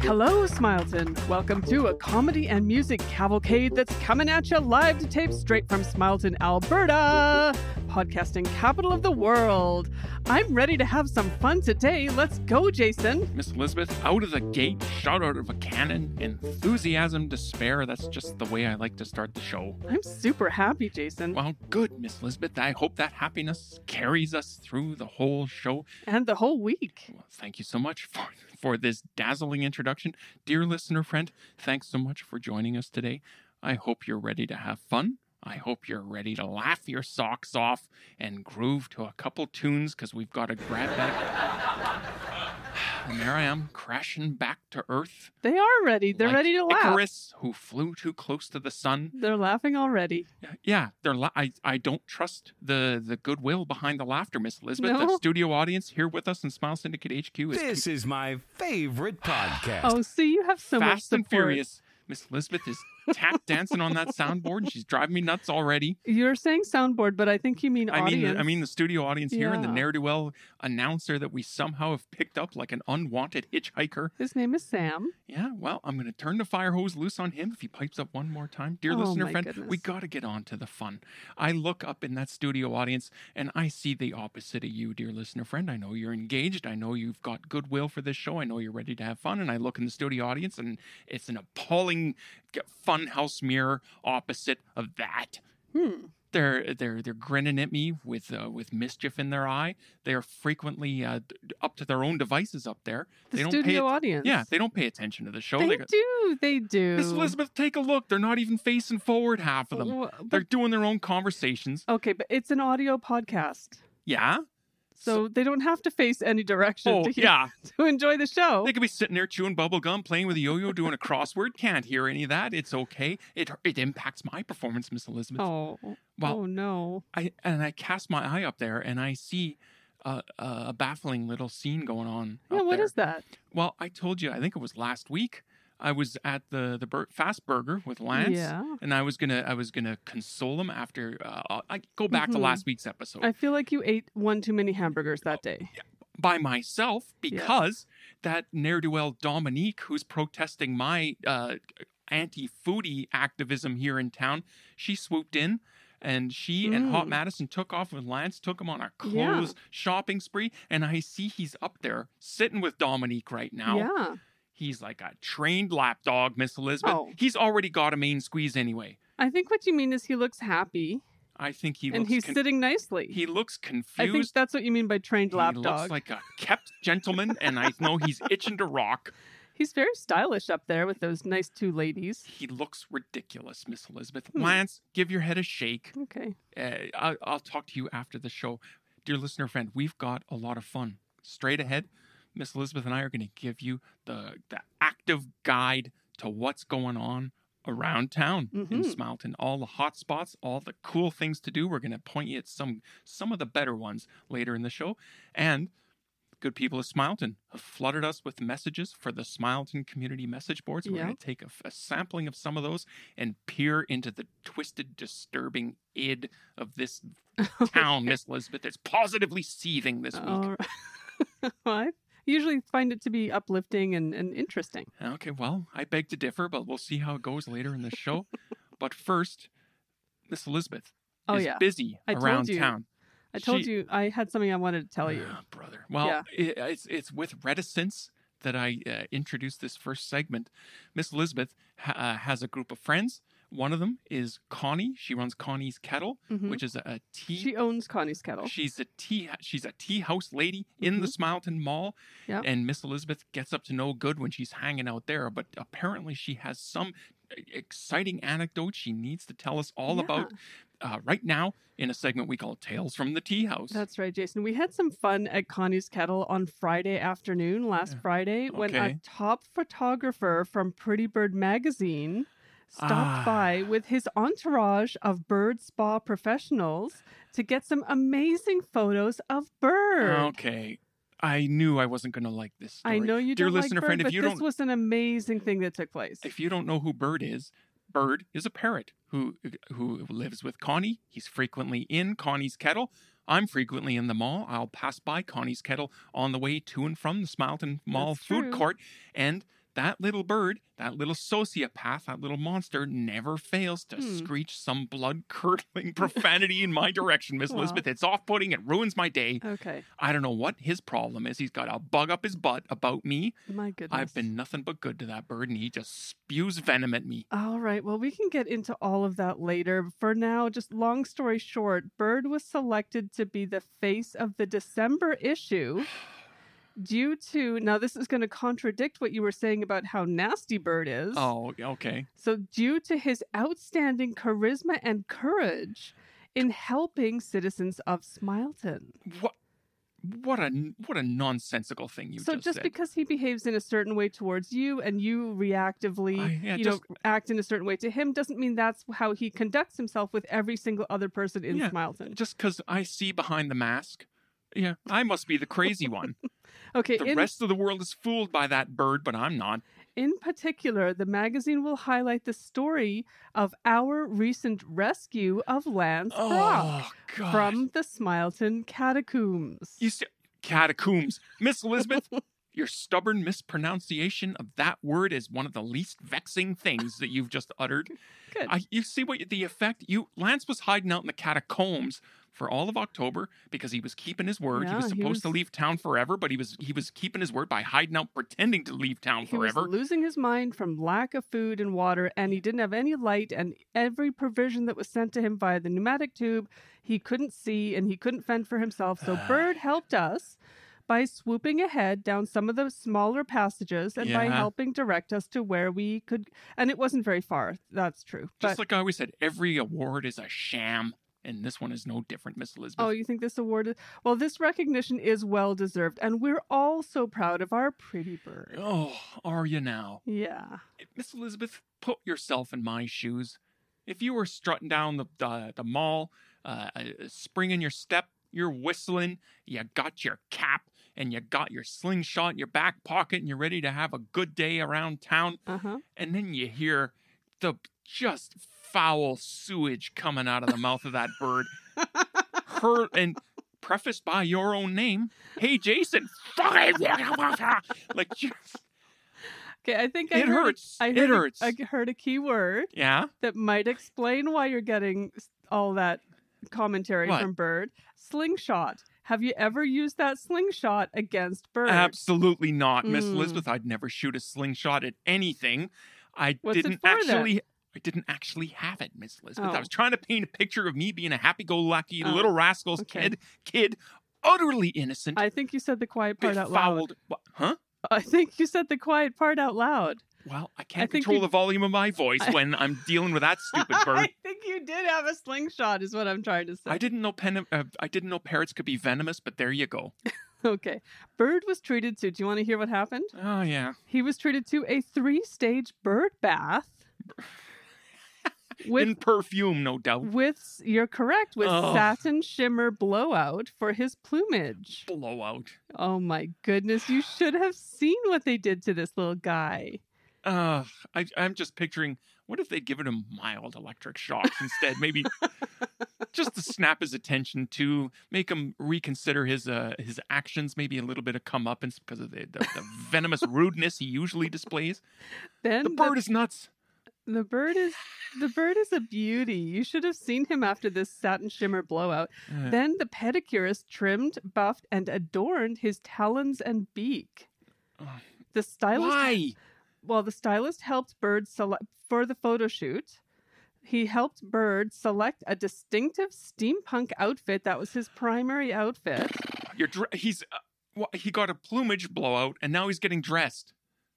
Hello, Smileton. Welcome to a comedy and music cavalcade that's coming at you live to tape straight from Smileton, Alberta, podcasting capital of the world. I'm ready to have some fun today. Let's go, Jason. Miss Elizabeth, out of the gate, shot out of a cannon, enthusiasm, despair. That's just the way I like to start the show. I'm super happy, Jason. Well, good, Miss Elizabeth. I hope that happiness carries us through the whole show. And the whole week. Well, thank you so much for, for this dazzling introduction. Dear listener friend, thanks so much for joining us today. I hope you're ready to have fun. I hope you're ready to laugh your socks off and groove to a couple tunes because we've got to grab back. And there I am, crashing back to Earth. They are ready. They're like ready to laugh. Icarus, who flew too close to the sun. They're laughing already. Yeah, they're. La- I I don't trust the the goodwill behind the laughter, Miss Elizabeth. No. The studio audience here with us in Smile Syndicate HQ is Ah. This is my favorite podcast. Oh, see, you have so much fast and support. furious. Miss Elizabeth is tap dancing on that soundboard. and She's driving me nuts already. You're saying soundboard, but I think you mean I audience. mean, I mean the studio audience here and the Yeah. ne'er do well announcer that we somehow have picked up like an unwanted hitchhiker. his name is Sam. Yeah, well, I'm going to turn the fire hose loose on him if he pipes up one more time. Dear Oh, listener my friend, we goodness. got to get on to the fun. I look up in that studio audience and I see the opposite of you, dear listener friend. I know you're engaged. I know you've got goodwill for this show. I know you're ready to have fun. And I look in the studio audience and it's an appalling g- funhouse mirror opposite of that. Hmm. They're they're they're grinning at me with uh, with mischief in their eye. They are frequently uh, d- d- up to their own devices up there. The they don't pay studio audience. yeah, they don't pay attention to the show. They go- do. They do. Miss Elizabeth, take a look. They're not even facing forward half of them. Wha- They're but- doing their own conversations. okay, but it's an audio podcast, Yeah. so they don't have to face any direction Oh to, hear, yeah, to enjoy the show. they could be sitting there chewing bubble gum, playing with a yo-yo, doing a crossword. Can't hear any of that. It's okay. It it impacts my performance, Miss Elizabeth. oh, well, oh no! I and I cast my eye up there and I see a, a baffling little scene going on. Yeah, up what there. is that? Well, I told you. I think it was last week. I was at the the Bur- Fast Burger with Lance. Yeah, and I was gonna I was gonna console him after uh, I go back to Mhm. last week's episode I feel like you ate one too many hamburgers that day. by myself because that ne'er do well Dominique who's protesting my uh, anti foodie activism here in town. She swooped in. And she and Hot Mm. Madison took off with Lance, took him on a clothes Yeah. shopping spree. And I see he's up there sitting with Dominique right now. Yeah, He's like a trained lapdog, Miss Elizabeth. Oh. He's already got a main squeeze anyway. I think what you mean is he looks happy I think he and looks he's con- sitting nicely. he looks I think confused. that's what you mean by trained He lapdog. looks like a kept gentleman, and I know he's itching to rock. he's very stylish up there with those nice two ladies. He looks ridiculous, Miss Elizabeth. Hmm. Lance, give your head a shake. Okay, Uh, I'll, I'll talk to you after the show. Dear listener friend, we've got a lot of fun. Straight ahead, Miss Elizabeth and I are going to give you the, the active guide to what's going on around town in Mhm. Smileton. All the hot spots, all the cool things to do. We're going to point you at some some of the better ones later in the show. And good people of Smileton have flooded us with messages for the Smileton community message boards. We're Yeah. going to take a, f- a sampling of some of those and peer into the twisted, disturbing id of this town, Miss Elizabeth. That's positively seething this week. All right. I usually find it to be uplifting and, and interesting. Okay, well, I beg to differ, but we'll see how it goes later in the show. but first, Miss Elizabeth Oh is yeah, busy I told around you. town. I told she- you I had something I wanted to tell you. Ah, brother. Well, Yeah. it, it's it's with reticence that I uh, introduced this first segment. Miss Elizabeth ha- uh, has a group of friends. One of them is Connie. She runs Connie's Kettle, Mhm. which is a, a tea. She owns Connie's Kettle. She's a tea. She's a tea house lady in the Smileton Mall, Mm-hmm. Yeah. and Miss Elizabeth gets up to no good when she's hanging out there. But apparently, she has some e-, exciting anecdote she needs to tell us all about uh, right now in a segment we call "Tales from the Tea House." That's right, Jason. We had some fun at Connie's Kettle on Friday afternoon, last Yeah. Friday, when a Okay. top photographer from Pretty Bird magazine stopped Ah. by with his entourage of bird spa professionals to get some amazing photos of birds. okay. I knew I wasn't going to like this. Story. I know you dear don't listener like bird, friend, if but you this don't was an amazing thing that took place. if you don't know who Bird is, Bird is a parrot who who lives with Connie. He's frequently in Connie's kettle. I'm frequently in the mall. I'll pass by Connie's kettle on the way to and from the Smileton Mall That's food true. court, and That little bird, that little sociopath, that little monster never fails to Hmm. screech some blood curdling profanity in my direction, Miss Well. Elizabeth. It's off putting. It ruins my day. Okay. I don't know what his problem is. He's got a bug up his butt about me. My goodness. I've been nothing but good to that bird, and he just spews venom at me. All right. Well, we can get into all of that later. For now, just long story short, Bird was selected to be the face of the December issue due to now this is going to contradict what you were saying about how nasty Bird is. Oh, okay. So, due to his outstanding charisma and courage in helping citizens of Smileton. What? What a what a nonsensical thing you so, just, just, said. because he behaves in a certain way towards you and you reactively, I- yeah, you just- know, act in a certain way to him doesn't mean that's how he conducts himself with every single other person in Yeah. Smileton. just because I see behind the mask. Yeah, I must be the crazy one. Okay, The in, rest of the world is fooled by that bird, but I'm not. in particular, the magazine will highlight the story of our recent rescue of Lance Oh, Brock God! from the Smileton catacombs. you see, catacombs, Miss Elizabeth. your stubborn mispronunciation of that word is one of the least vexing things that you've just uttered. Good. I, you see what the effect? You Lance was hiding out in the catacombs for all of October because he was keeping his word. he Yeah, was he supposed to was- leave town forever, but he was he was keeping his word by hiding out, pretending to leave town He was forever. losing his mind from lack of food and water, and he didn't have any light, and every provision that was sent to him via the pneumatic tube, he couldn't see and he couldn't fend for himself. So Ah. Bird helped us by swooping ahead down some of the smaller passages and by Yeah. helping direct us to where we could. And it wasn't very far, that's true. Just But like I always said, every award is a sham, and this one is no different, Miss Elizabeth. oh, you think this award is. Well, this recognition is well deserved, and we're all so proud of our pretty bird. Oh, are you now? Yeah. Miss Elizabeth, put yourself in my shoes. If you were strutting down the the, the mall, uh, uh, springing your step, you're whistling, you got your cap, and you got your slingshot in your back pocket, and you're ready to have a good day around town, Uh huh. and then you hear the just foul sewage coming out of the mouth of that bird, her and prefaced by your own name, hey Jason, like just, Okay, I think I it heard a hurts, I heard it a- hurts, I heard a key word yeah. that might explain why you're getting s- all that commentary What? from Bird. Slingshot. Have you ever used that slingshot against Bird? Absolutely not, Miss Mm. Elizabeth. I'd never shoot a slingshot at anything. I What's it didn't for then? actually. I didn't actually have it, Miss Elizabeth. Oh. I was trying to paint a picture of me being a happy-go-lucky Oh, little rascals okay. kid, kid, utterly innocent, I think you said the quiet part out loud. befouled. Wha- Huh? I think you said the quiet part out loud. Well, I can't think control you- the volume of my voice I- when I'm dealing with that stupid bird. I think you did have a slingshot, is what I'm trying to say. I didn't know pen- uh, I didn't know parrots could be venomous, but there you go. Okay. Bird was treated to. Do you want to hear what happened? Oh yeah. He was treated to a three-stage bird bath. With In perfume, no doubt. with you're correct with Ugh. satin shimmer blowout for his plumage. Blowout. Oh my goodness, you should have seen what they did to this little guy. Uh, I, I'm just picturing what if they'd given him mild electric shocks instead? Maybe just to snap his attention to make him reconsider his uh, his actions, maybe a little bit of comeuppance because of the, the, the venomous rudeness he usually displays. Then The bird is nuts. the, bird is the bird is a beauty. You should have seen him after this satin shimmer blowout. Uh, Then the pedicurist trimmed, buffed, and adorned his talons and beak. Ugh. The stylist why? Well, the stylist helped Bird select for the photo shoot. He helped Bird select a distinctive steampunk outfit that was his primary outfit. You're dre- he's uh, wha- he got a plumage blowout and now he's getting dressed.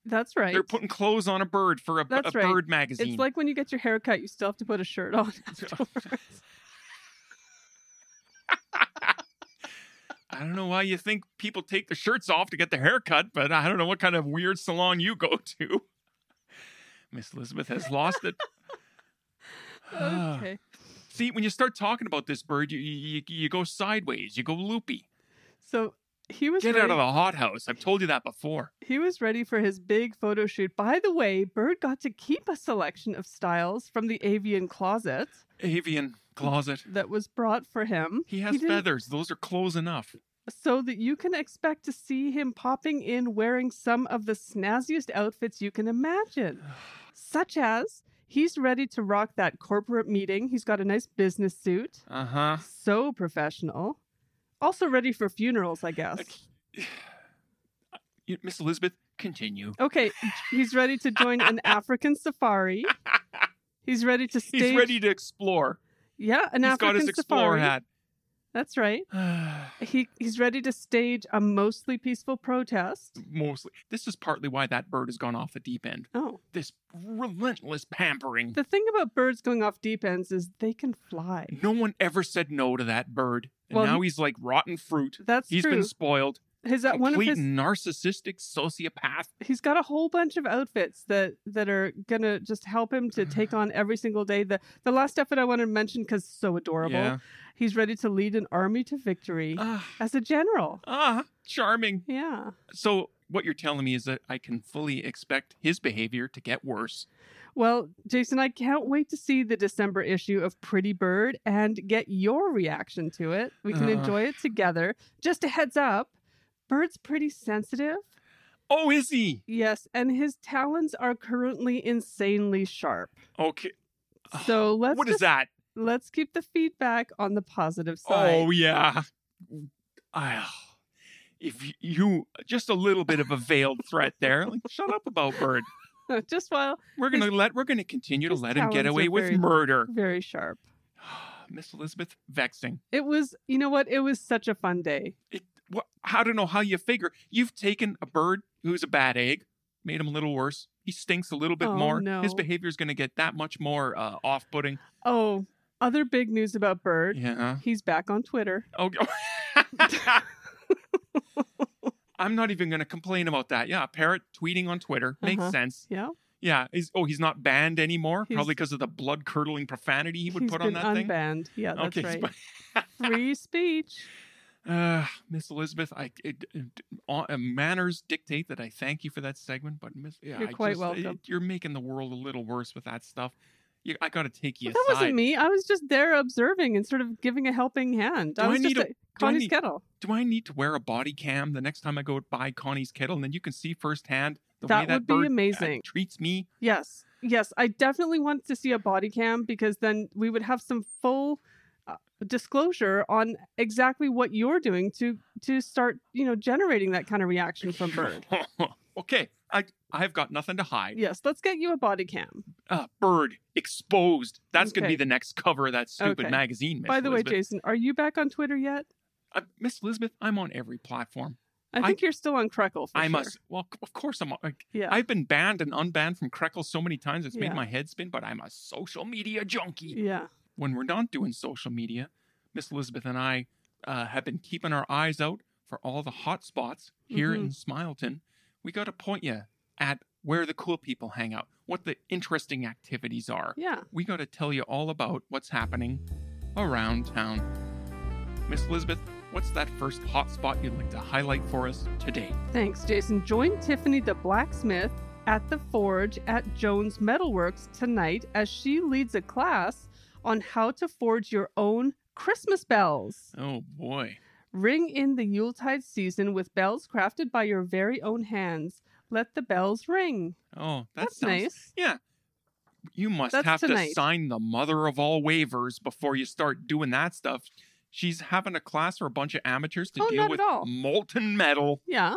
That's right. They're putting clothes on a bird for a, b- That's a right. bird magazine. it's like when you get your hair cut, you still have to put a shirt on. afterwards. I don't know why you think people take their shirts off to get their haircut, but I don't know what kind of weird salon you go to. Miss Elizabeth has lost it. Ah. okay. See, when you start talking about this bird, you, you you go sideways, you go loopy. So he was Get ready, out of the hothouse. I've told you that before. he was ready for his big photo shoot. By the way, Bird got to keep a selection of styles from the avian closet Avian closet. that was brought for him. He has didn't- feathers. Those are clothes enough. so that you can expect to see him popping in wearing some of the snazziest outfits you can imagine, such as he's ready to rock that corporate meeting. He's got a nice business suit, Uh Uh-huh. huh. so professional. Also ready for funerals, I guess. Miss Elizabeth, continue. Okay, he's ready to join an African safari. He's ready to stage. He's ready to explore. Yeah, an He's African got his explorer safari. hat. That's right. He he's ready to stage a mostly peaceful protest. Mostly. This is partly why that bird has gone off the deep end. Oh, This relentless pampering. the thing about birds going off deep ends is they can fly. No one ever said no to that bird. And Well, now he's like rotten fruit. That's He's true. been spoiled. His uh, one of Complete his narcissistic sociopath. he's got a whole bunch of outfits that that are gonna just help him to take on every single day. The the last outfit I wanted to mention because so adorable. Yeah. He's ready to lead an army to victory Ah, as a general. ah, charming. Yeah. So what you're telling me is that I can fully expect his behavior to get worse. Well, Jason, I can't wait to see the December issue of Pretty Bird and get your reaction to it. We can Uh. enjoy it together. Just a heads up, Bird's pretty sensitive. Oh, is he? Yes, and his talons are currently insanely sharp. Okay. Ah, So let's What is just- that? let's keep the feedback on the positive side. Oh yeah. Ah, if y- you just a little bit of a veiled threat there, like shut up about Bird. Oh. Just while We're gonna let we're gonna continue to his let him get talons away are with very- murder. very sharp. Miss Elizabeth, vexing. It was, you know what? It was such a fun day. What? I don't know how you figure you've taken a bird who's a bad egg, made him a little worse. He stinks a little bit Oh, more. His no. behavior is gonna get that much more uh, off-putting. Oh, other big news about Bird. Yeah. Oh, He's back on Twitter. Okay. I'm not even going to complain about that. Yeah, parrot tweeting on Twitter makes Uh-huh. sense. Yeah. Yeah. He's, oh, he's not banned anymore, He's- probably because of the blood curdling profanity he would He's put been on that thing. unbanned. Yeah, that's okay. he's right. Free speech. bu- Uh, Miss Elizabeth, I it, it- uh, manners dictate that I thank you for that segment, but Miss, yeah, You're I quite just- uh, welcome. you're making the world a little worse with that stuff. You, I got to take you Well, that aside. wasn't me. I was just there observing and sort of giving a helping hand. Do I I was need just a- a, do I Connie's need- kettle. Do I need to wear a body cam the next time I go buy Connie's kettle, and then you can see firsthand the way That that would be bird uh, amazing. treats me? Yes, yes. I definitely want to see a body cam because then we would have some full uh, disclosure on exactly what you're doing to to start, you know, generating that kind of reaction from Bird. okay, I I've got nothing to hide. Yes, let's get you a body cam. Uh, bird exposed. That's going to Okay. be the next cover of that stupid Okay. magazine. Miss By the Elizabeth. way, Jason, are you back on Twitter yet? uh, Miss Elizabeth, I'm on every platform. I I- think you're still on Crackle. For I sure. must. Well, c- of course I'm. on- Like, Yeah. I've been banned and unbanned from Crackle so many times it's Yeah. made my head spin. But I'm a social media junkie. yeah. When we're not doing social media, Miss Elizabeth and I uh, have been keeping our eyes out for all the hot spots here Mhm. in Smileton. We got to point you at where the cool people hang out, what the interesting activities are. Yeah. we got to tell you all about what's happening around town. Miss Elizabeth, what's that first hotspot you'd like to highlight for us today? Thanks, Jason. Join Tiffany the blacksmith at the forge at Jones Metalworks tonight as she leads a class on how to forge your own Christmas bells. Oh boy. Ring in the Yuletide season with bells crafted by your very own hands. Let the bells ring. Oh, that That's sounds. nice. You must That's have tonight. to sign the mother of all waivers before you start doing that stuff. She's having a class for a bunch of amateurs to Oh, not deal at with all. molten metal. Yeah.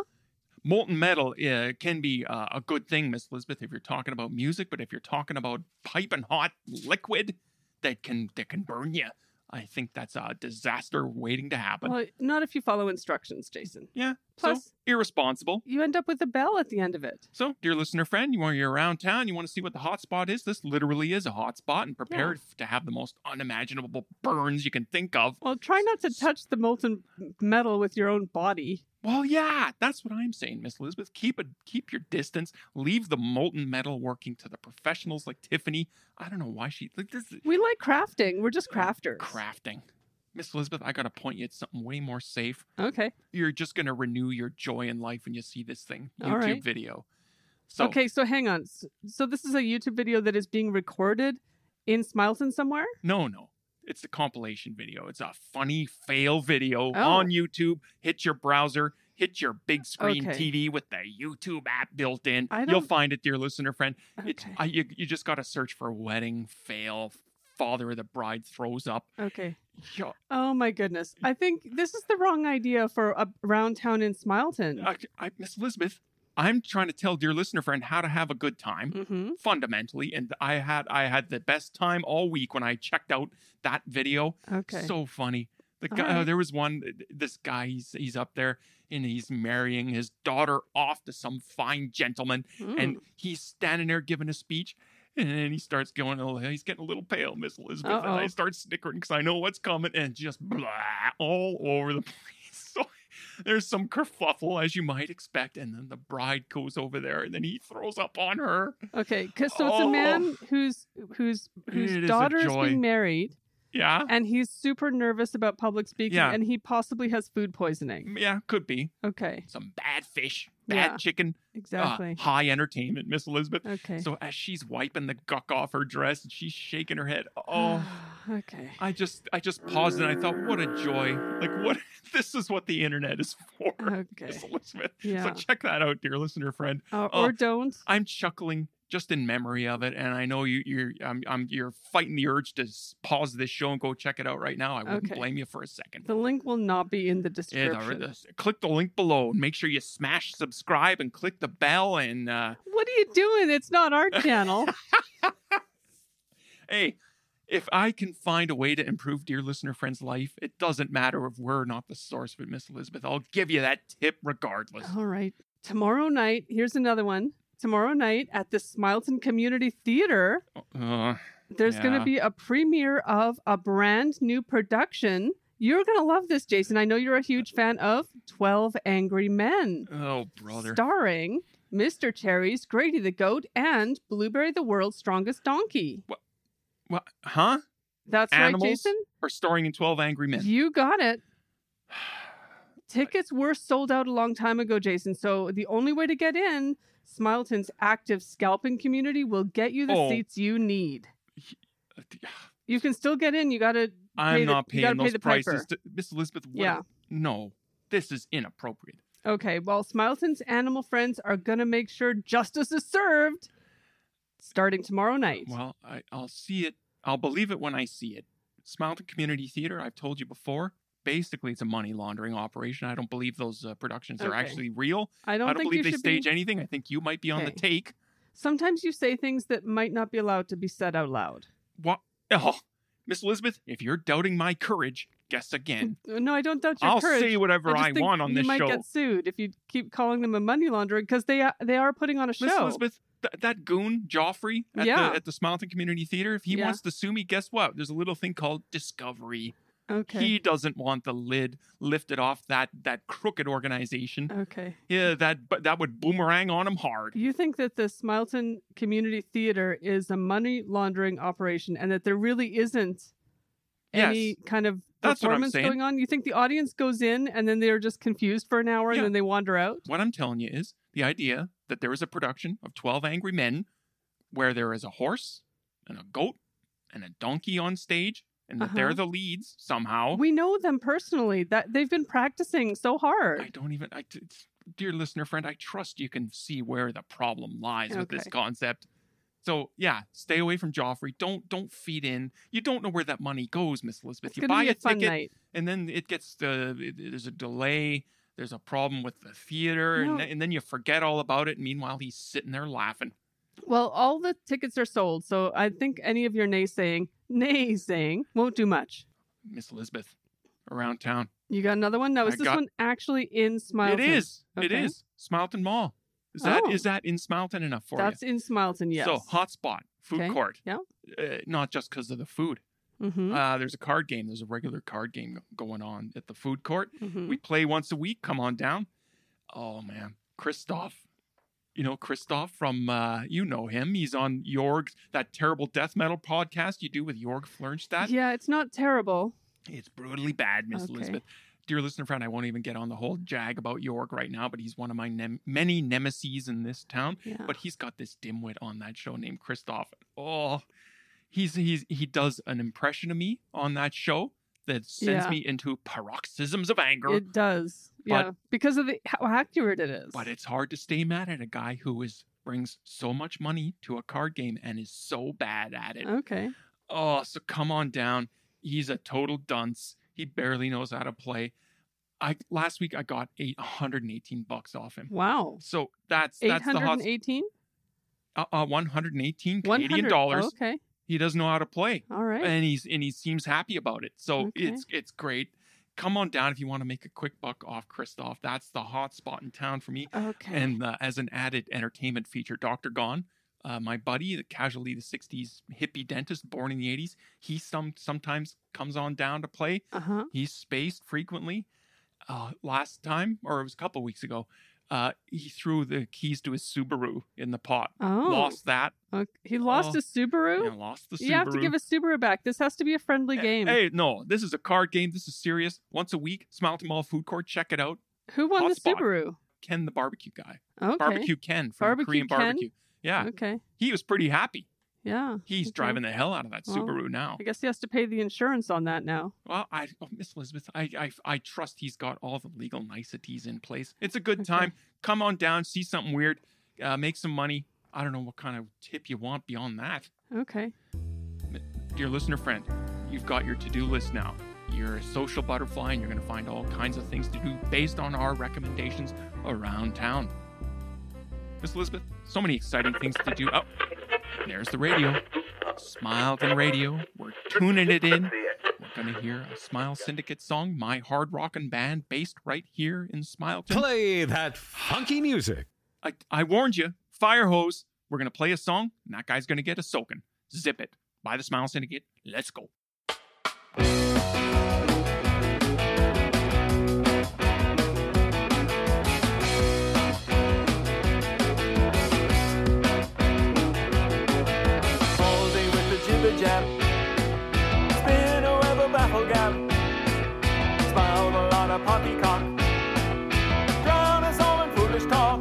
Molten metal uh, can be uh, a good thing, Miss Elizabeth, if you're talking about music, but if you're talking about piping hot liquid that can that can burn you, I think that's a disaster waiting to happen. well, not if you follow instructions, Jason. yeah, Plus, so irresponsible. you end up with a bell at the end of it. So, dear listener friend, you want you're around town, you want to see what the hot spot is. This literally is a hot spot, and prepare to have the most unimaginable burns you can think of. Well, try not to touch the molten metal with your own body. Well, yeah, that's what I'm saying, Miss Elizabeth. Keep it, keep your distance. Leave the molten metal working to the professionals like Tiffany. I don't know why she like this. We like crafting. We're just crafters. crafting. Miss Elizabeth, I gotta point you at something way more safe. Okay. You're just gonna renew your joy in life when you see this thing All YouTube right. video. So Okay, so hang on. S- So this is a YouTube video that is being recorded in Smileton somewhere? no, no, it's a compilation video. It's a funny fail video Oh. on YouTube. Hit your browser, hit your big screen Okay. TV with the YouTube app built in. I You'll don't- find it, dear listener friend. It's Okay. I, you, you just got to search for wedding fail. Father of the bride throws up. Okay. Yo, Oh my goodness. I think this is the wrong idea for a round town in Smileton. I, I, Miss Elizabeth, I'm trying to tell dear listener friend how to have a good time. mm-hmm. fundamentally and i had i had the best time all week when i checked out that video Okay. so funny the All guy uh, right. there was one this guy he's he's up there and he's marrying his daughter off to some fine gentleman Hmm. Mm. and he's standing there giving a speech and he starts going oh he's getting a little pale miss elizabeth and i Uh-oh. start snickering because i know what's coming and just blah all over the place so there's some kerfluffle as you might expect and then the bride goes over there and then he throws up on her okay. 'cause- so it's a Oh. man who's whose It is whose a daughter is joy. being married, yeah and he's super nervous about public speaking, Yeah. and he possibly has food poisoning. Yeah, could be. Okay. Some bad fish, bad Yeah, chicken, uh, Exactly. high entertainment, Miss Elizabeth. okay. So as she's wiping the guck off her dress and she's shaking her head, oh, okay. I just I just paused and I thought, what a joy. Like what this is what the internet is for. Miss Okay. Elizabeth. So Yeah. check that out, dear listener friend. Uh, oh. or don't. I'm chuckling just in memory of it, and I know you, you're I'm, I'm you're fighting the urge to s- pause this show and go check it out right now. I wouldn't Okay. blame you for a second. The link will not be in the Yeah, the- description. the- click the link below and make sure you smash subscribe and click the bell. And uh, What are you doing? It's not our channel. hey, if I can find a way to improve dear listener friend's life, it doesn't matter if we're not the source of it, Miss Elizabeth. I'll give you that tip regardless. All right. Tomorrow night, here's another one. Tomorrow night at the Smileton Community Theater, Uh, there's going Yeah. to be a premiere of a brand new production. You're going to love this, Jason. I know you're a huge fan of 12 Angry Men, oh, brother. starring Mr. Cherry's Grady the Goat and Blueberry the World's Strongest Donkey. What? Huh? That's Animals? right, Jason. Or starring in 12 Angry Men? You got it. Tickets were sold out a long time ago, Jason. So the only way to get in, Smileton's active scalping community will get you the Oh. seats you need. You can still get in. You got to. I'm Pay the- not you gotta paying pay those the piper. prices. To, Miss Elizabeth, what? Yeah. No, this is inappropriate. Okay. Well, Smileton's animal friends are going to make sure justice is served starting tomorrow night. Well, I, I'll see it. I'll believe it when I see it. Smileton Community Theater, I've told you before, basically it's a money laundering operation. I don't believe those uh, productions are Okay. actually real. I I don't don't, think believe you they should stage be. anything. I think you might be on the Okay. take. Sometimes you say things that might not be allowed to be said out loud. What? Oh, Miss Elizabeth, if you're doubting my courage, guess again. No, I don't doubt your I'll courage. say whatever just I, think want on you this might show. get sued if you keep calling them a money launderer because they are, they are putting on a show. Miss Elizabeth, th- that goon Joffrey at Yeah. the at the Smileton Community Theater, if he Yeah. wants to sue me, guess what? There's a little thing called discovery. Okay. He doesn't want the lid lifted off that that crooked organization. Okay. Yeah, that but that would boomerang on him hard. You think that the Smileton Community Theater is a money laundering operation and that there really isn't any Yes. kind of That's what I'm performance saying. going on? You think the audience goes in and then they're just confused for an hour Yeah. and then they wander out? What I'm telling you is the idea that there is a production of 12 Angry Men where there is a horse and a goat and a donkey on stage and that they're Uh-huh. the leads somehow. We know them personally. That they've been practicing so I hard. don't even I t- it's- dear listener friend, I trust you can see where the problem lies with this Okay. concept. So, yeah, stay away from Joffrey. Don't don't feed in. You don't know where that money goes, Miss Elizabeth. It's you going to buy be a, fun ticket night. and then it gets the it- there's a delay there's a problem with the theater and, No. th- and then you forget all about it and meanwhile he's sitting there laughing Well, all the tickets are sold, so I think any of your naysaying, naysaying won't do much. miss elizabeth around town You got another one? No, I is this got- one actually in Smileton? it is it Okay. is smileton mall is that is Oh. that in smileton enough for That's in Smileton, you yes. so hot spot food Okay, court yeah. uh, not just because of the food hmm uh, there's a card game there's a regular card game going on at the food court mm-hmm. we play once a week come on down oh man christoph you know christoph from uh you know him he's on jorg that terrible death metal podcast you do with jorg flernstadt yeah, it's not terrible. it's brutally bad miss Okay. elizabeth dear listener friend i won't even get on the whole jag about jorg right now but he's one of my nem- many nemesis in this town Yeah. but he's got this dimwit on that show named christoph oh he's he's he does an impression of me on that show that sends Yeah. me into paroxysms of anger. It does. yeah. Because of the how accurate it is. but it's hard to stay mad at a guy who is brings so much money to a card game and is so bad at it. Okay. Oh, so come on down. He's a total dunce. He barely knows how to play. I last week I got 818 bucks off him. Wow. So that's that's the hot 818? uh, uh, 118 Canadian 100. dollars. Oh, okay. He doesn't know how to play. All right. and he's and he seems happy about it. So Okay. it's it's great. Come on down if you want to make a quick buck off Christoph. That's the hot spot in town for me. okay. And uh, as an added entertainment feature, Doctor Gone, uh, my buddy, the casually the '60s hippie dentist, born in the '80s, he some sometimes comes on down to play. uh-huh. He's spaced frequently. Uh, last time, or it was a couple weeks ago, uh, he threw the keys to his Subaru in the pot. Oh. Lost that. Okay. He lost Oh. his Subaru? And lost the Subaru. You have to give a Subaru back. This has to be a friendly game. Hey, no, this is a card game. This is serious. Once a week, Smile to Mall Food Court. Check it out. Who won the hotspot. Subaru? Ken the barbecue guy. Okay. Barbecue Ken from Barbecue Korean Ken? barbecue. Yeah, Okay. he was pretty happy. Yeah. He's Okay. driving the hell out of that Mm-hmm. Well, Subaru now. I guess he has to pay the insurance on that now. Well, I, oh, Miss Elizabeth, I, I, I trust he's got all the legal niceties in place. It's a good Okay. time. Come on down, see something weird, uh, make some money. I don't know what kind of tip you want beyond that. Okay. Dear listener friend, you've got your to do list now. You're a social butterfly and you're going to find all kinds of things to do based on our recommendations around town. Miss Elizabeth, so many exciting things to do. Oh, there's the radio. Smileton Radio. We're tuning it in. We're going to hear a Smile Syndicate song, My Hard Rockin' Band, based right here in Smileton. Play that funky music. I, I warned you, fire hose. We're going to play a song, and that guy's going to get a soaking. Zip it. By the Smile Syndicate. Let's go. all day with the jibber jab. Spin a web of baffle gab. Smile a lot of poppycock. Drown us all in foolish talk.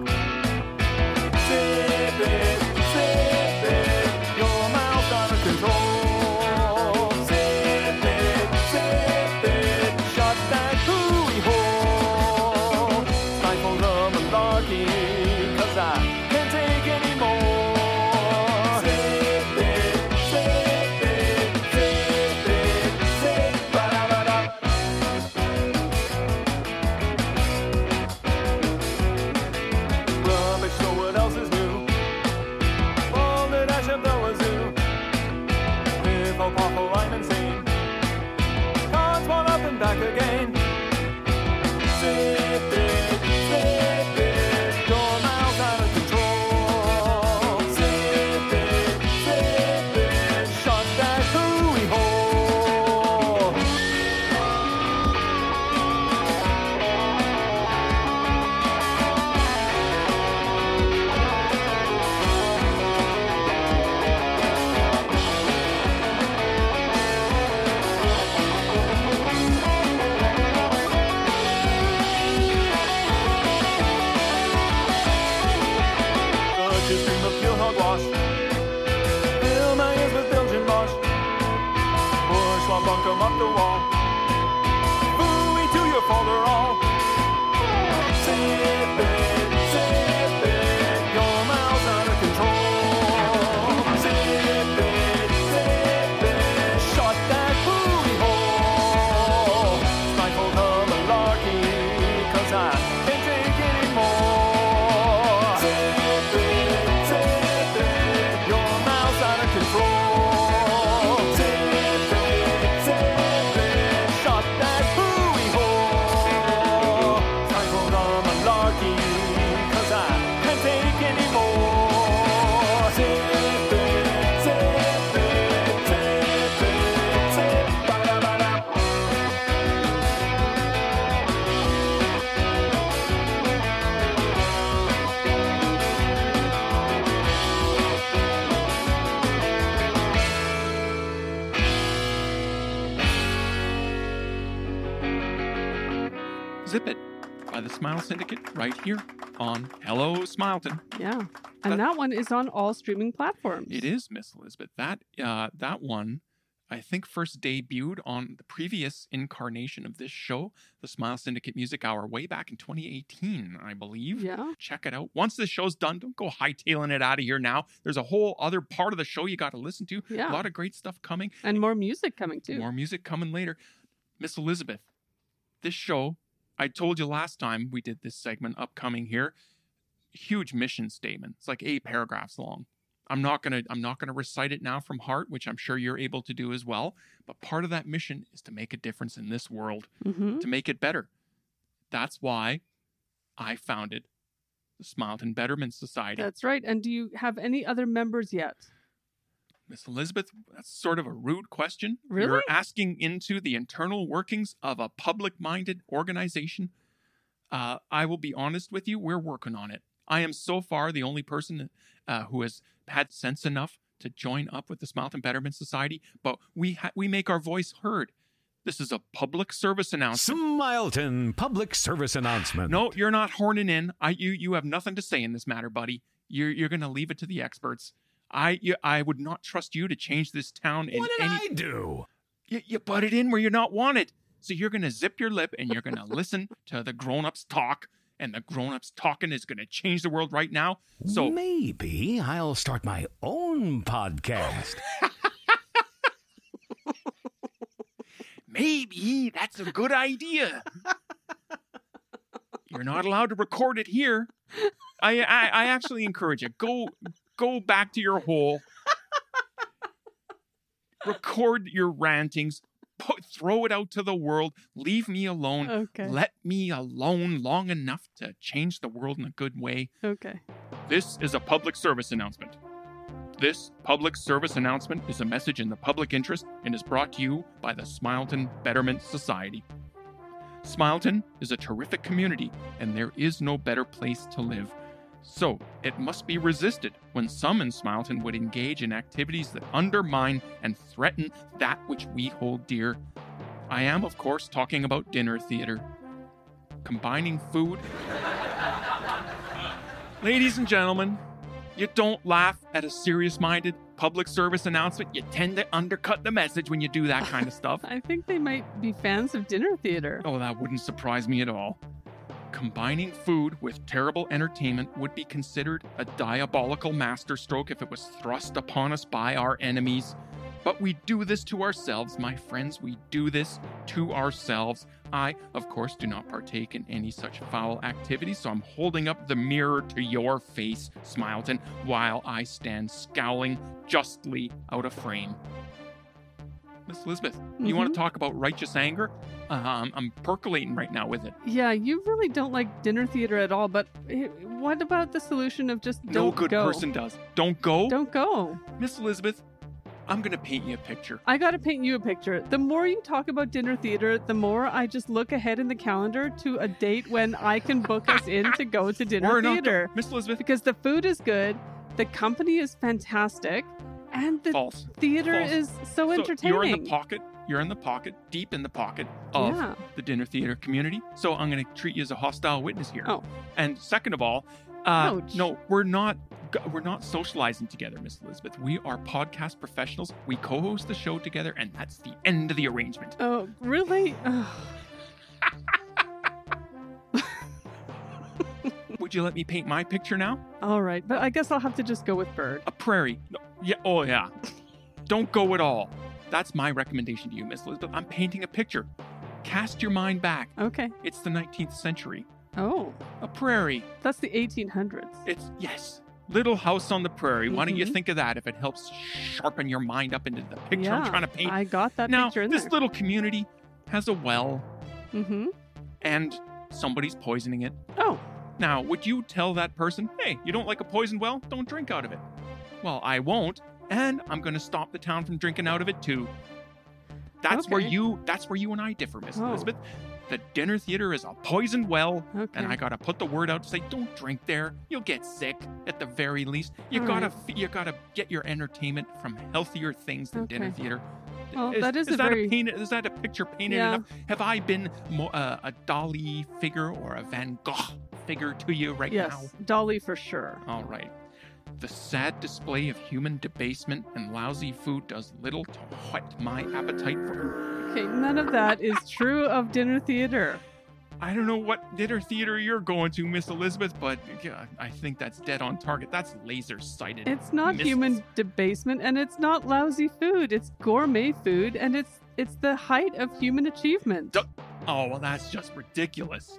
Sip it, sip it. Your mouth's out of control. Sip it, sip it. Shut that hooey hole. Stifle the malarkey, 'cause I can't take any more. Sip it, sip it, sip it, sip. Ba-da-ba-da. Rubbish, so what else is new? All that I should know is you. If I'll pop a line and sing. Cards one up and back again. Sip it, sip it, your mouth out of control. Sip it, sip it, shut that hooey hole. Such a stream of pure hogwash. Fill my ears with Belgian bosh. Bourgeois bunk 'em up the wall. Buoy to your father all. Sip it, sip it, your mouth's out of control. Sip it, sip it, shut that buoy hole. Stifle the malarkey, 'cause I can't take anymore. Sip it, sip it, your mouth's out of control. Sip it, sip it, shut that buoy hole. Stifle the malarkey, 'cause I can't take anymore. Sip it, sip it, sip it, sip. Ba-da-ba-da. Zip It by the Smile Syndicate right here on Hello Smileton. Yeah. And that one is on all streaming platforms. It is Miss Elizabeth. That uh, that one, I think, first debuted on the previous incarnation of this show, the Smile Syndicate Music Hour, way back in 2018, I believe. Yeah. Check it out. Once the show's done, don't go hightailing it out of here now. There's a whole other part of the show you got to listen to. A Yeah. lot of great stuff coming. And more music coming too. More music coming later. Miss Elizabeth, this show, I told you last time we did this segment upcoming here. Huge mission statement. It's like eight paragraphs long. I'm not gonna I'm not gonna recite it now from heart, which I'm sure you're able to do as well. But part of that mission is to make a difference in this world, hmm to make it better. That's why I founded the Smileton Betterment Society. That's right. And do you have any other members yet? Miss Elizabeth, that's sort of a rude question. Really? You're asking into the internal workings of a public minded organization. Uh, I will be honest with you, we're working on it. I am so far the only person uh, who has had sense enough to join up with the Smouth and Betterment Society, but we, ha- we make our voice heard. This is a public service announcement. Smileton Public Service Announcement. No, you're not horning in. I you you have nothing to say in this matter, buddy. You're you're gonna leave it to the experts. I you, I would not trust you to change this town in What did any I do? you, you butt it in where you're not wanted. So you're going to zip your lip and you're going to listen to the grown ups talk. And the grown ups talking is going to change the world right now. So maybe I'll start my own podcast. maybe that's a good idea. you're not allowed to record it here. I, I, I actually encourage you go go back to your hole, record your rantings, put, throw it out to the world, leave me alone. Okay. Let me alone long enough to change the world in a good way. okay. This is a public service announcement. This public service announcement is a message in the public interest and is brought to you by the Smileton Betterment Society. Smileton is a terrific community, and there is no better place to live. So, it must be resisted when some in Smileton would engage in activities that undermine and threaten that which we hold dear. I am, of course, talking about dinner theater. Combining food. Ladies and gentlemen, you don't laugh at a serious minded public service announcement. You tend to undercut the message when you do that kind of stuff. I think they might be fans of dinner theater. Oh, that wouldn't surprise me at all. Combining food with terrible entertainment would be considered a diabolical masterstroke if it was thrust upon us by our enemies. But we do this to ourselves, my friends. We do this to ourselves. I, of course, do not partake in any such foul activity, so I'm holding up the mirror to your face, Smileton, while I stand scowling justly out of frame. Miss Elizabeth, you want Mhm. to talk about righteous anger? Um, I'm percolating right now with it. Yeah, you really don't like dinner theater at all, but eh, what about the solution of just no don't good go? person does. Don't go. Don't go. Miss Elizabeth, I'm going to paint you a picture. I got to paint you a picture. The more you talk about dinner theater, the more I just look ahead in the calendar to a date when I can book us in to go to dinner We're not- theater. Miss Elizabeth, Because the food is good, the company is fantastic, and the false. theater False. is so, entertaining. You're in the pocket. You're in the pocket, deep in the pocket of Yeah. the dinner theater community. So I'm going to treat you as a hostile witness here. Oh. And second of all, uh, Ouch. no, we're not. g- We're not socializing together, Miss Elizabeth. We are podcast professionals. We co-host the show together, and that's the end of the arrangement. Oh, really? Ugh. Would you let me paint my picture now? All right, but I guess I'll have to just go with Bird. a prairie. No, yeah, oh yeah. Don't go at all. That's my recommendation to you, Miss Elizabeth. I'm painting a picture. Cast your mind back. Okay. It's the 19th century. Oh, A prairie. that's the 1800s. It's yes. Little house on the prairie. Why don't you Mhm. think of that if it helps sharpen your mind up into the picture I'm Yeah, trying to paint? I got that now, picture in this there. little community has a well mm-hmm. and somebody's poisoning it. Oh, Now, would you tell that person, hey, you don't like a poisoned well? Don't drink out of it. Well, I won't, and I'm going to stop the town from drinking out of it too. That's where Okay. you that's where you and I differ, Miss Oh. Elizabeth. The dinner theater is a poisoned well, okay. and I got to put the word out to say don't drink there. You'll get sick at the very least. You All got to right. you got to get your entertainment from healthier things than dinner Okay. theater. Well, that is a that very- a painted, is that a picture painted Yeah. enough? Have I been mo- uh, a Dali figure or a Van Gogh figure to you right yes, now? Dolly for sure. All right. The sad display of human debasement and lousy food does little to whet my appetite for. Okay, none of that is true of dinner theater. I don't know what dinner theater you're going to, Miss Elizabeth, but yeah, I think that's dead on target. That's laser sighted. It's not Misses. human debasement and it's not lousy food. It's gourmet food and it's it's the height of human achievement. Duh. Oh, well, that's just ridiculous.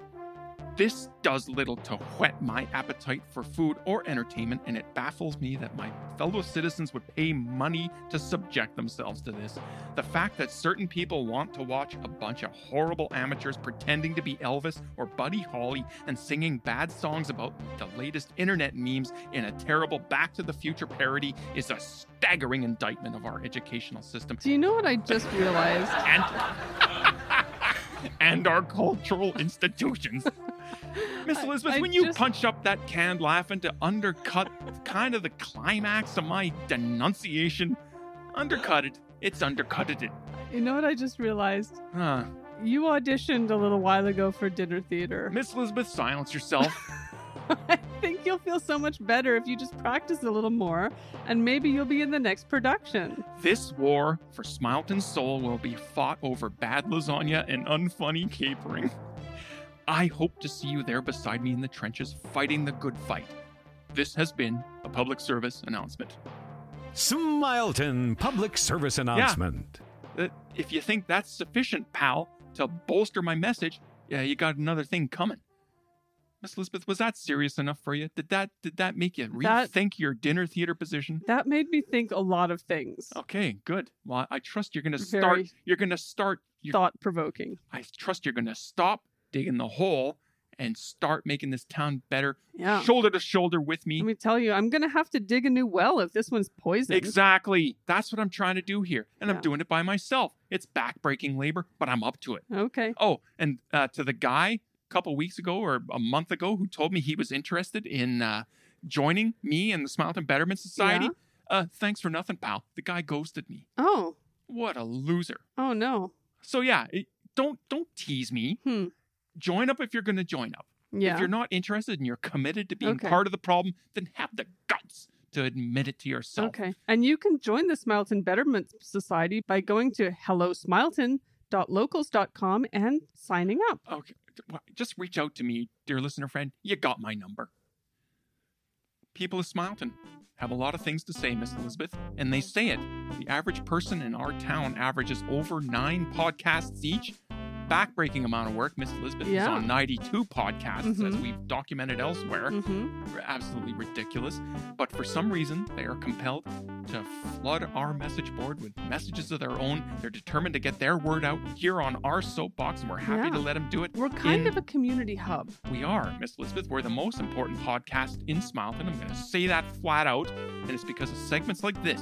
This does little to whet my appetite for food or entertainment, and it baffles me that my fellow citizens would pay money to subject themselves to this. The fact that certain people want to watch a bunch of horrible amateurs pretending to be Elvis or Buddy Holly and singing bad songs about the latest internet memes in a terrible Back to the Future parody is a staggering indictment of our educational system Do you know what I just realized? and and our cultural institutions. Miss I- Elizabeth, I when you just- punch up that canned laughing to undercut kind of the climax of my denunciation, undercut it. It's undercutted it. You know what I just realized? Huh. You auditioned a little while ago for dinner theater. Miss Elizabeth, silence yourself. I think you'll feel so much better if you just practice a little more and maybe you'll be in the next production. This war for Smileton's soul will be fought over bad lasagna and unfunny capering. I hope to see you there beside me in the trenches fighting the good fight. This has been a public service announcement. Smileton Public Service Announcement. Uh, If you think that's sufficient, pal, to bolster my message, yeah, you got another thing coming. Miss Elizabeth, was that serious enough for you? Did that did that make you That- rethink your dinner theater position? That made me think a lot of things. Okay, good. Well, I trust you're gonna start. Very- You're gonna start. You're Thought provoking. I trust you're going to stop digging the hole and start making this town better, Yeah. shoulder to shoulder with me. Let me tell you, I'm going to have to dig a new well if this one's poisoned. exactly. That's what I'm trying to do here. And Yeah. I'm doing it by myself. It's backbreaking labor, but I'm up to it. Okay. Oh, and uh, to the guy a couple weeks ago or a month ago who told me he was interested in uh, joining me and the Smileton Betterment Society, Yeah. uh, thanks for nothing, pal. The guy ghosted me. Oh. What a loser. Oh no. So yeah, it- don't don't tease me. Hmm. Join up if you're going to join up. Yeah. If you're not interested and you're committed to being Okay. part of the problem, then have the guts to admit it to yourself. Okay. And you can join the Smileton Betterment Society by going to hellosmileton.locals.com and signing up. Okay. Well, Just reach out to me, dear listener friend. You got my number. People of Smileton have a lot of things to say, Miss Elizabeth, and they say it. The average person in our town averages over nine podcasts each. Backbreaking amount of work, Miss Elizabeth is Yeah. on 92 podcasts, as Mhm. we've documented elsewhere. Mm-hmm. absolutely ridiculous, but for some reason they are compelled to flood our message board with messages of their own. They're determined to get their word out here on our soapbox, and we're happy Yeah. to let them do it. We're kind In- of a community hub. We are, Miss Elizabeth. We're the most important podcast in Smileton. I'm going to say that flat out, and it's because of segments like this.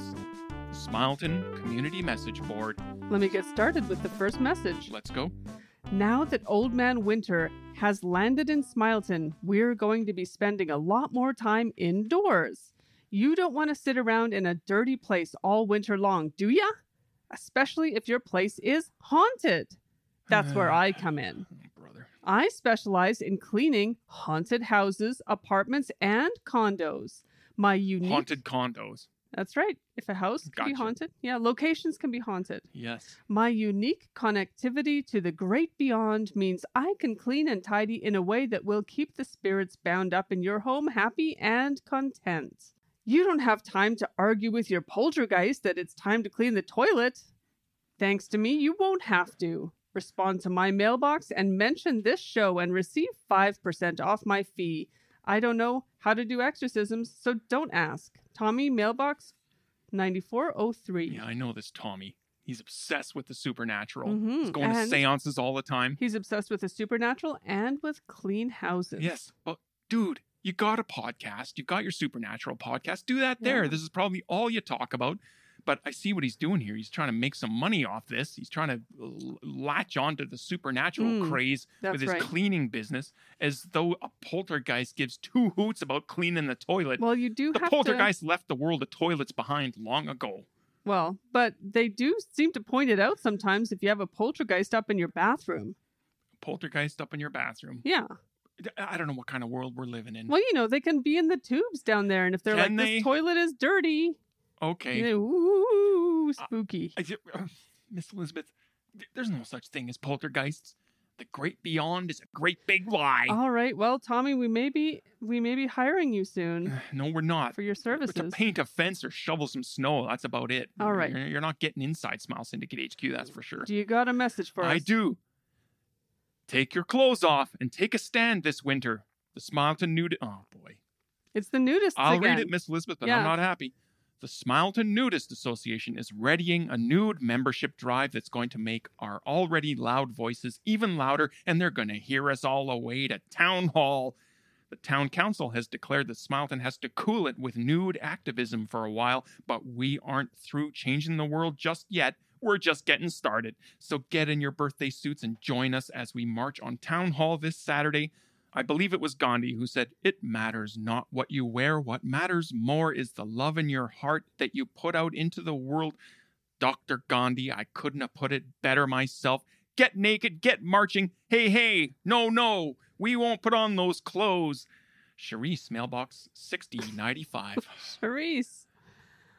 Smileton Community Message Board. Let me get started with the first message. Let's go. Oh, Now that Old Man Winter has landed in Smileton, we're going to be spending a lot more time indoors. You don't want to sit around in a dirty place all winter long, do ya? Especially if your place is haunted. That's where I come in. Oh, brother. I specialize in cleaning haunted houses, apartments, and condos. My unique Haunted condos. That's right. If a house can be Gotcha. haunted, yeah, locations can be haunted. Yes. My unique connectivity to the great beyond means I can clean and tidy in a way that will keep the spirits bound up in your home happy and content. You don't have time to argue with your poltergeist that it's time to clean the toilet. Thanks to me, you won't have to. Respond to my mailbox and mention this show and receive 5% off my fee. I don't know how to do exorcisms, so don't ask. Tommy, mailbox 9403. Yeah, I know this Tommy. He's obsessed with the supernatural. Mhm, He's going to and- seances all the time. He's obsessed with the supernatural and with clean houses. Yes. But dude, you got a podcast. You got your supernatural podcast. Do that there. Yeah. This is probably all you talk about. But I see what he's doing here. He's trying to make some money off this. He's trying to l- latch onto the supernatural Mm, craze that's with his right. cleaning business as though a poltergeist gives two hoots about cleaning the toilet. Well, you do the have poltergeist left the world of toilets behind long ago. to. Well, but they do seem to point it out sometimes if you have a poltergeist up in your bathroom. Poltergeist up in your bathroom. Yeah. I don't know what kind of world we're living in. Well, you know, they can be in the tubes down there, and if they're Can like, they? this toilet is dirty, Okay. they- ooh, Uh, spooky. I ju- uh, Miss Elizabeth, th- there's no such thing as poltergeists. The great beyond is a great big lie. All right, well, Tommy, we may be we may be hiring you soon no, we're not. for your But to services. paint a fence or shovel some snow, that's about it. All right. You're, you're not getting inside Smile Syndicate HQ, that's for sure. Do you got a message for I us? do. Take your clothes off and take a stand this winter. The Smile to Nude. Oh, boy. It's the nudists I'll again. read it, Miss Elizabeth, but Yeah. I'm not happy. The Smileton Nudist Association is readying a nude membership drive that's going to make our already loud voices even louder, and they're going to hear us all away to town hall. The town council has declared that Smileton has to cool it with nude activism for a while, but we aren't through changing the world just yet. We're just getting started. So get in your birthday suits and join us as we march on town hall this Saturday. I believe it was Gandhi who said, It matters not what you wear. What matters more is the love in your heart that you put out into the world. Dr. Gandhi, I couldn't have put it better myself. Get naked, get marching. Hey, hey, no, no, we won't put on those clothes. Charisse, mailbox 6095. Charisse.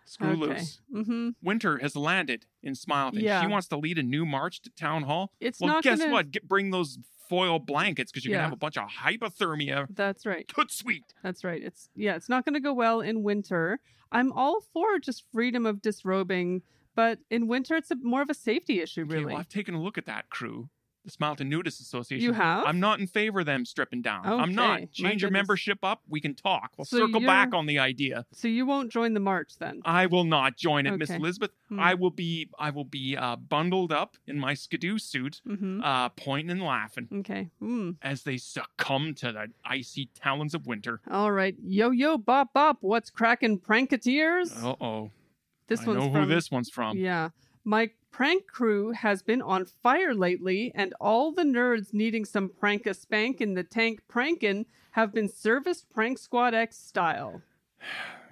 Screw Okay. loose. Mm-hmm. Winter has landed in Smileton. Yeah. She wants to lead a new march to town hall. It's well, not guess gonna... what? Get, bring those foil blankets because you're Yeah. going to have a bunch of hypothermia. That's right. Toot sweet. That's right. It's yeah, it's not going to go well in winter. I'm all for just freedom of disrobing, but in winter it's a, more of a safety issue, Okay, really. well, I've taken a look at that crew, the Smileton Nudist Association. you have. I'm not in favor of them stripping down. I'm not. Okay, my Change your goodness. membership up. We can talk. We'll So circle back you're- on the idea. so you won't join the march then. I will not join it, Miss Okay. Elizabeth. Hmm. I will be. I will be uh, bundled up in my skidoo suit, hmm uh, pointing and laughing Okay. Mm. as they succumb to the icy talons of winter. All right. Yo yo bop bop. What's cracking pranketeers? Uh oh. this I one's know who from this one's from. Yeah. My prank crew has been on fire lately, and all the nerds needing some prank a spank in the tank prankin' have been serviced Prank Squad X style.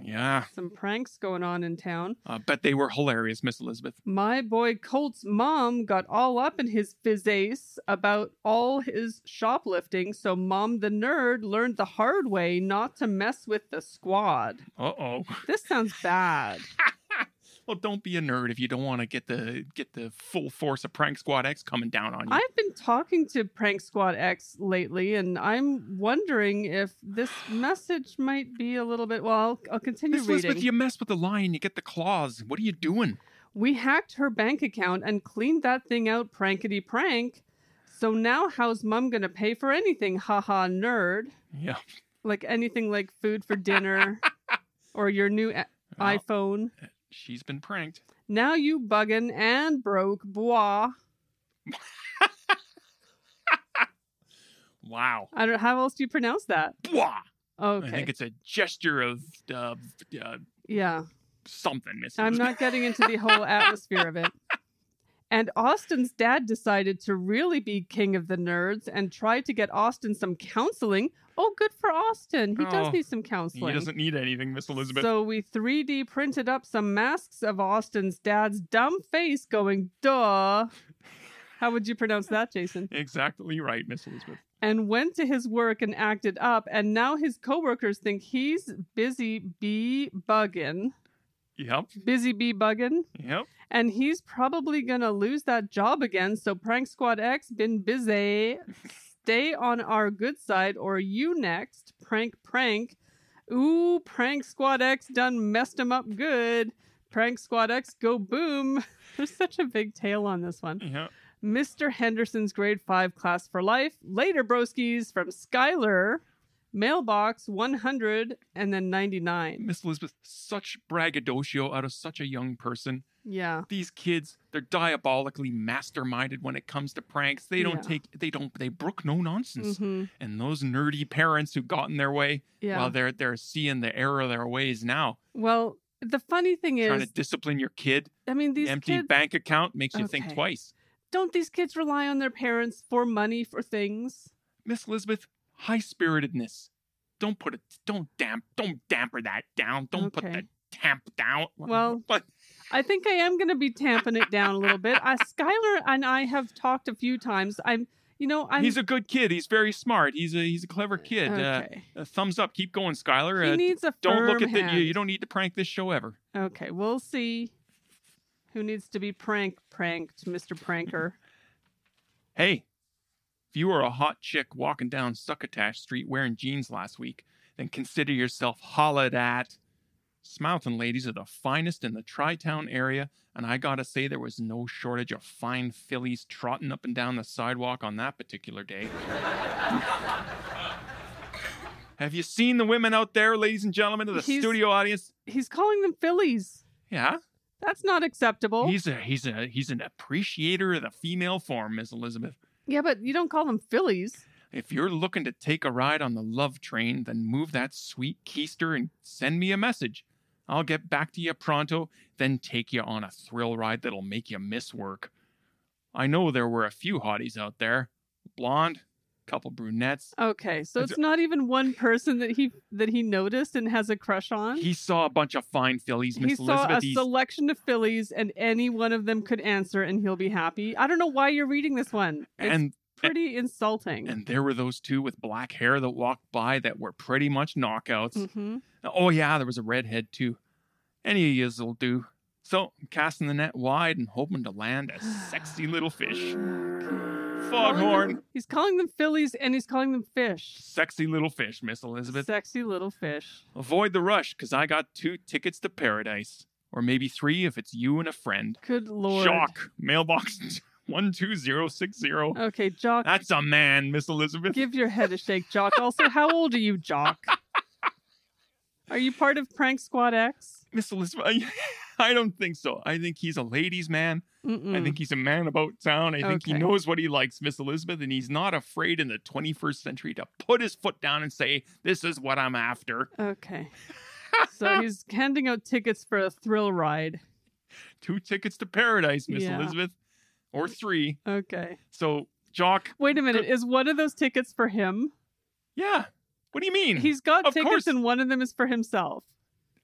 yeah. Some pranks going on in town. I bet they were hilarious, Miss Elizabeth. My boy Colt's mom got all up in his fizzace about all his shoplifting, so Mom the Nerd learned the hard way not to mess with the squad. Uh oh. This sounds bad. Well, don't be a nerd if you don't want to get the get the full force of Prank Squad X coming down on you. I've been talking to Prank Squad X lately, and I'm wondering if this message might be a little bit. Well, I'll, I'll continue Miss reading. Elizabeth, you mess with the lion, you get the claws. What are you doing? We hacked her bank account and cleaned that thing out prankety prank. So now, how's mom gonna pay for anything? Haha, nerd. Yeah. Like anything like food for dinner or your new a- Well, iPhone. she's been pranked. Now you buggin' and broke, bois. Wow. I don't. How else do you pronounce that? Bwah! Okay. I think it's a gesture of uh, uh, yeah. something, Miss I'm Elizabeth. not getting into the whole atmosphere of it. And Austin's dad decided to really be king of the nerds and tried to get Austin some counseling. Oh, good for Austin. He Oh, does need some He counseling. doesn't need anything, Miss Elizabeth. So we 3D printed up some masks of Austin's dad's dumb face going, duh. How would you pronounce that, Jason? exactly right, Miss Elizabeth. And went to his work and acted up. And now his coworkers think he's busy bee buggin'. Yep. Busy bee buggin'. Yep. and he's probably gonna lose that job again. So Prank Squad X been busy. Stay on our good side, or you next. Prank, prank. Ooh, Prank Squad X done messed him up good. Prank Squad X go boom. There's such a big tail on this one. Yeah. Mr. Henderson's grade five class for life. Later, broskies from Skylar. Mailbox 100 and then 99. Miss Elizabeth, such braggadocio out of such a young person. Yeah. These kids, they're diabolically masterminded when it comes to pranks. They don't Yeah. take, they don't, they brook no nonsense. hmm And those nerdy parents who got in their way, Yeah. well, they're they're seeing the error of their ways now. Well, the funny thing trying to is, discipline your kid. I mean, these Empty kids bank account makes you think Okay. twice. don't these kids rely on their parents for money for things? Miss Elizabeth, high spiritedness. Don't put it. Don't damp. Don't damper that down. Don't put Okay. that tamp down. Well- but I think I am going to be tamping it down a little bit. I, Skylar and I have talked a few times. I'm You know, I'm he's a good kid. He's very smart. He's a he's a clever kid. Uh, okay. Uh, thumbs up. Keep going, Skylar. he Uh, needs a don't look firm at that. You, hand. you don't need to prank this show ever. Okay, we'll see. Who needs to be prank pranked, Mister Pranker? Hey, if you were a hot chick walking down Succotash Street wearing jeans last week, then consider yourself hollered at. Smouthin ladies are the finest in the Tri Town area, and I gotta say, there was no shortage of fine fillies trotting up and down the sidewalk on that particular day. Have you seen the women out there, ladies and gentlemen, of the He's- studio audience? He's calling them Phillies. Yeah? That's not acceptable. He's a he's a he's an appreciator of the female form, Miss Elizabeth. Yeah, but you don't call them Phillies. If you're looking to take a ride on the love train, then move that sweet keister and send me a message. I'll get back to you pronto, then take you on a thrill ride that'll make you miss work. I know there were a few hotties out there. Blonde, couple brunettes. Okay, so That's- it's not even one person that he that he noticed and has a crush on. He saw a bunch of fine fillies, Uh-huh. He Miss saw Elizabeth. a He's- selection of Phillies, and any one of them could answer, and he'll be happy. I don't know why you're reading this one. It's and pretty insulting. and there were those two with black hair that walked by that were pretty much knockouts. hmm Oh yeah, there was a redhead too. Any of you'll do. So I'm casting the net wide and hoping to land a sexy little fish. Foghorn, He's calling them Phillies, and he's calling them fish. sexy little fish, Miss Elizabeth. Sexy little fish. Avoid the rush, cause I got two tickets to paradise, or maybe three if it's you and a friend. Good lord. Shock, mailbox one two zero six zero. Okay, Jock, That's a man, Miss Elizabeth. Oh. give your head a shake, Jock. Also, how old are you, Jock? Are you part of Prank Squad X? Miss Elizabeth, I, I don't think so. I think he's a ladies' man. Mm-mm. I think he's a man about town. I think he Mm. Okay. knows what he likes, Miss Elizabeth, and he's not afraid in the 21st century to put his foot down and say, This is what I'm after. Okay. so he's handing out tickets for a thrill ride. Two tickets to paradise, Miss Yeah. Elizabeth, or three. Okay. So, Jock, Wait a minute. Good- Is one of those tickets for him? yeah. What do you mean? He's got Of tickets course. and one of them is for himself.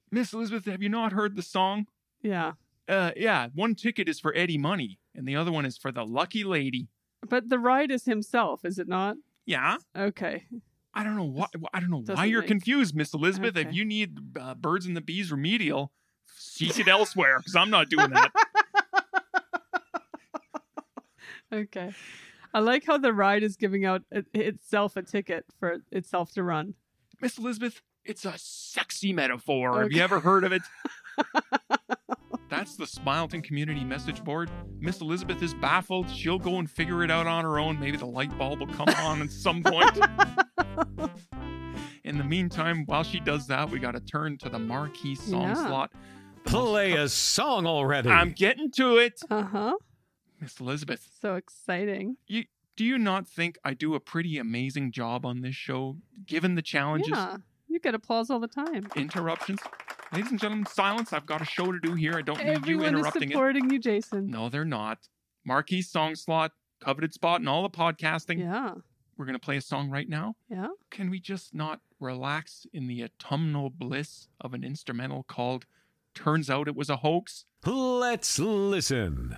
Miss Elizabeth, have you not heard the song? Yeah. Uh, yeah, one ticket is for Eddie Money, and the other one is for the lucky lady. But the ride is himself, is it not? Yeah. Okay. I don't know why. I don't know why Doesn't you're make- confused, Miss Elizabeth. If Okay. you need uh, birds and the bees remedial, seek it elsewhere because I'm not doing that. Okay. I like how the ride is giving out i- itself a ticket for itself to run. Miss Elizabeth, it's a sexy metaphor. Have you Okay. ever heard of it? That's the Smileton Community Message Board. Miss Elizabeth is baffled. She'll go and figure it out on her own. Maybe the light bulb will come on at some point. In the meantime, while she does that, we got to turn to the marquee song Yeah. slot. Play a song already. I'm getting to it. Uh huh. Miss Elizabeth, So exciting. do you not think I do a pretty amazing job on this show, given the challenges? Yeah. You get applause all the time. interruptions. Ladies and gentlemen, silence. I've got a show to do here. I don't need you Everyone is interrupting it. supporting you, Jason. No, they're not. Marquee song slot, coveted spot in all the podcasting. Yeah. We're going to play a song right now. Yeah. Can we just not relax in the autumnal bliss of an instrumental called Turns Out It Was a Hoax? Let's listen.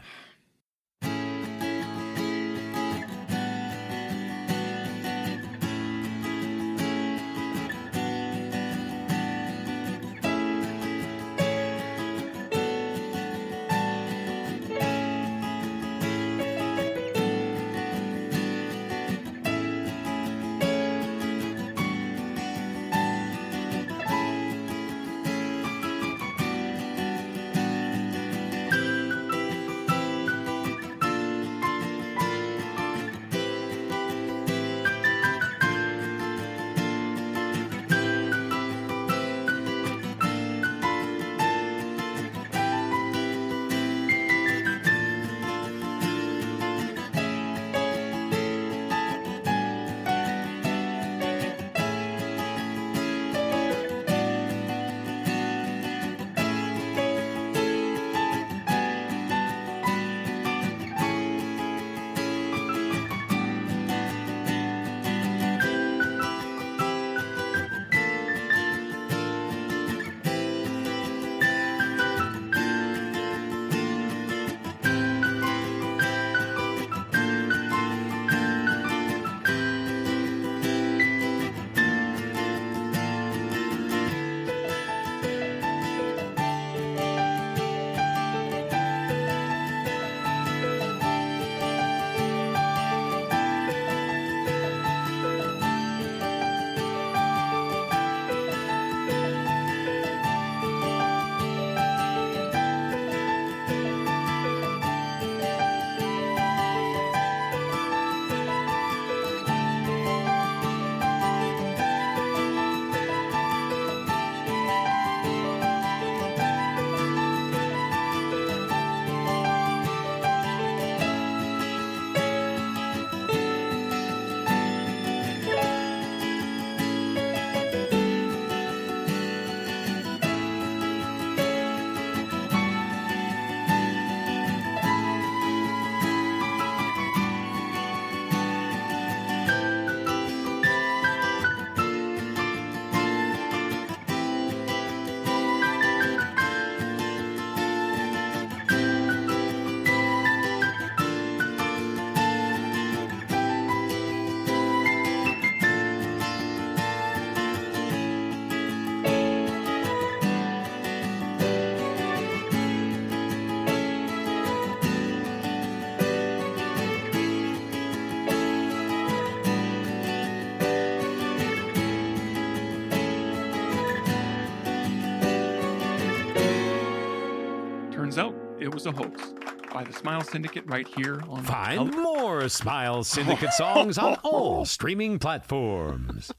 It was a hoax by the Smile Syndicate right here on Find Oh. more Smile Syndicate songs on all streaming platforms.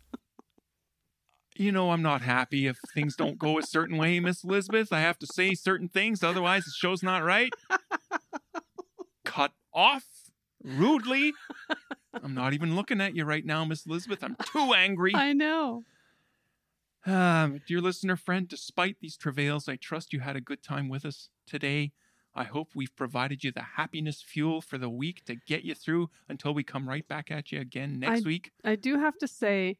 you know I'm not happy if things don't go a certain way, Miss Elizabeth. I have to say certain things, otherwise the show's not right. Cut off rudely. I'm not even looking at you right now, Miss Elizabeth. I'm too angry. I know. Um, dear listener friend, despite these travails, I trust you had a good time with us today. I hope we've provided you the happiness fuel for the week to get you through until we come right back at you again next week. I do have to say,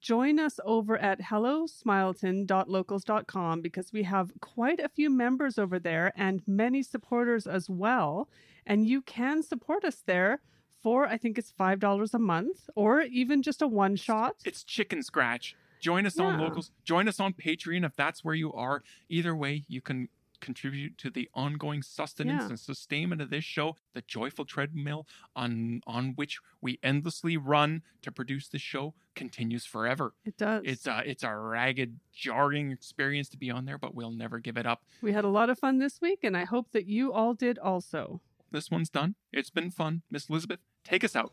join us over at hellosmileton.locals.com because we have quite a few members over there and many supporters as well. And you can support us there for, I think it's $5 a month or even just a one shot. It's chicken scratch. Join us on Yeah. locals. Join us on Patreon if that's where you are. Either way, you can contribute to the ongoing sustenance Yeah. and sustainment of this show, the joyful treadmill on on which we endlessly run to produce this show continues forever. It does. It's a it's a ragged, jarring experience to be on there, but we'll never give it up. we had a lot of fun this week, and I hope that you all did also. This one's done. It's been fun. Miss Elizabeth, take us out.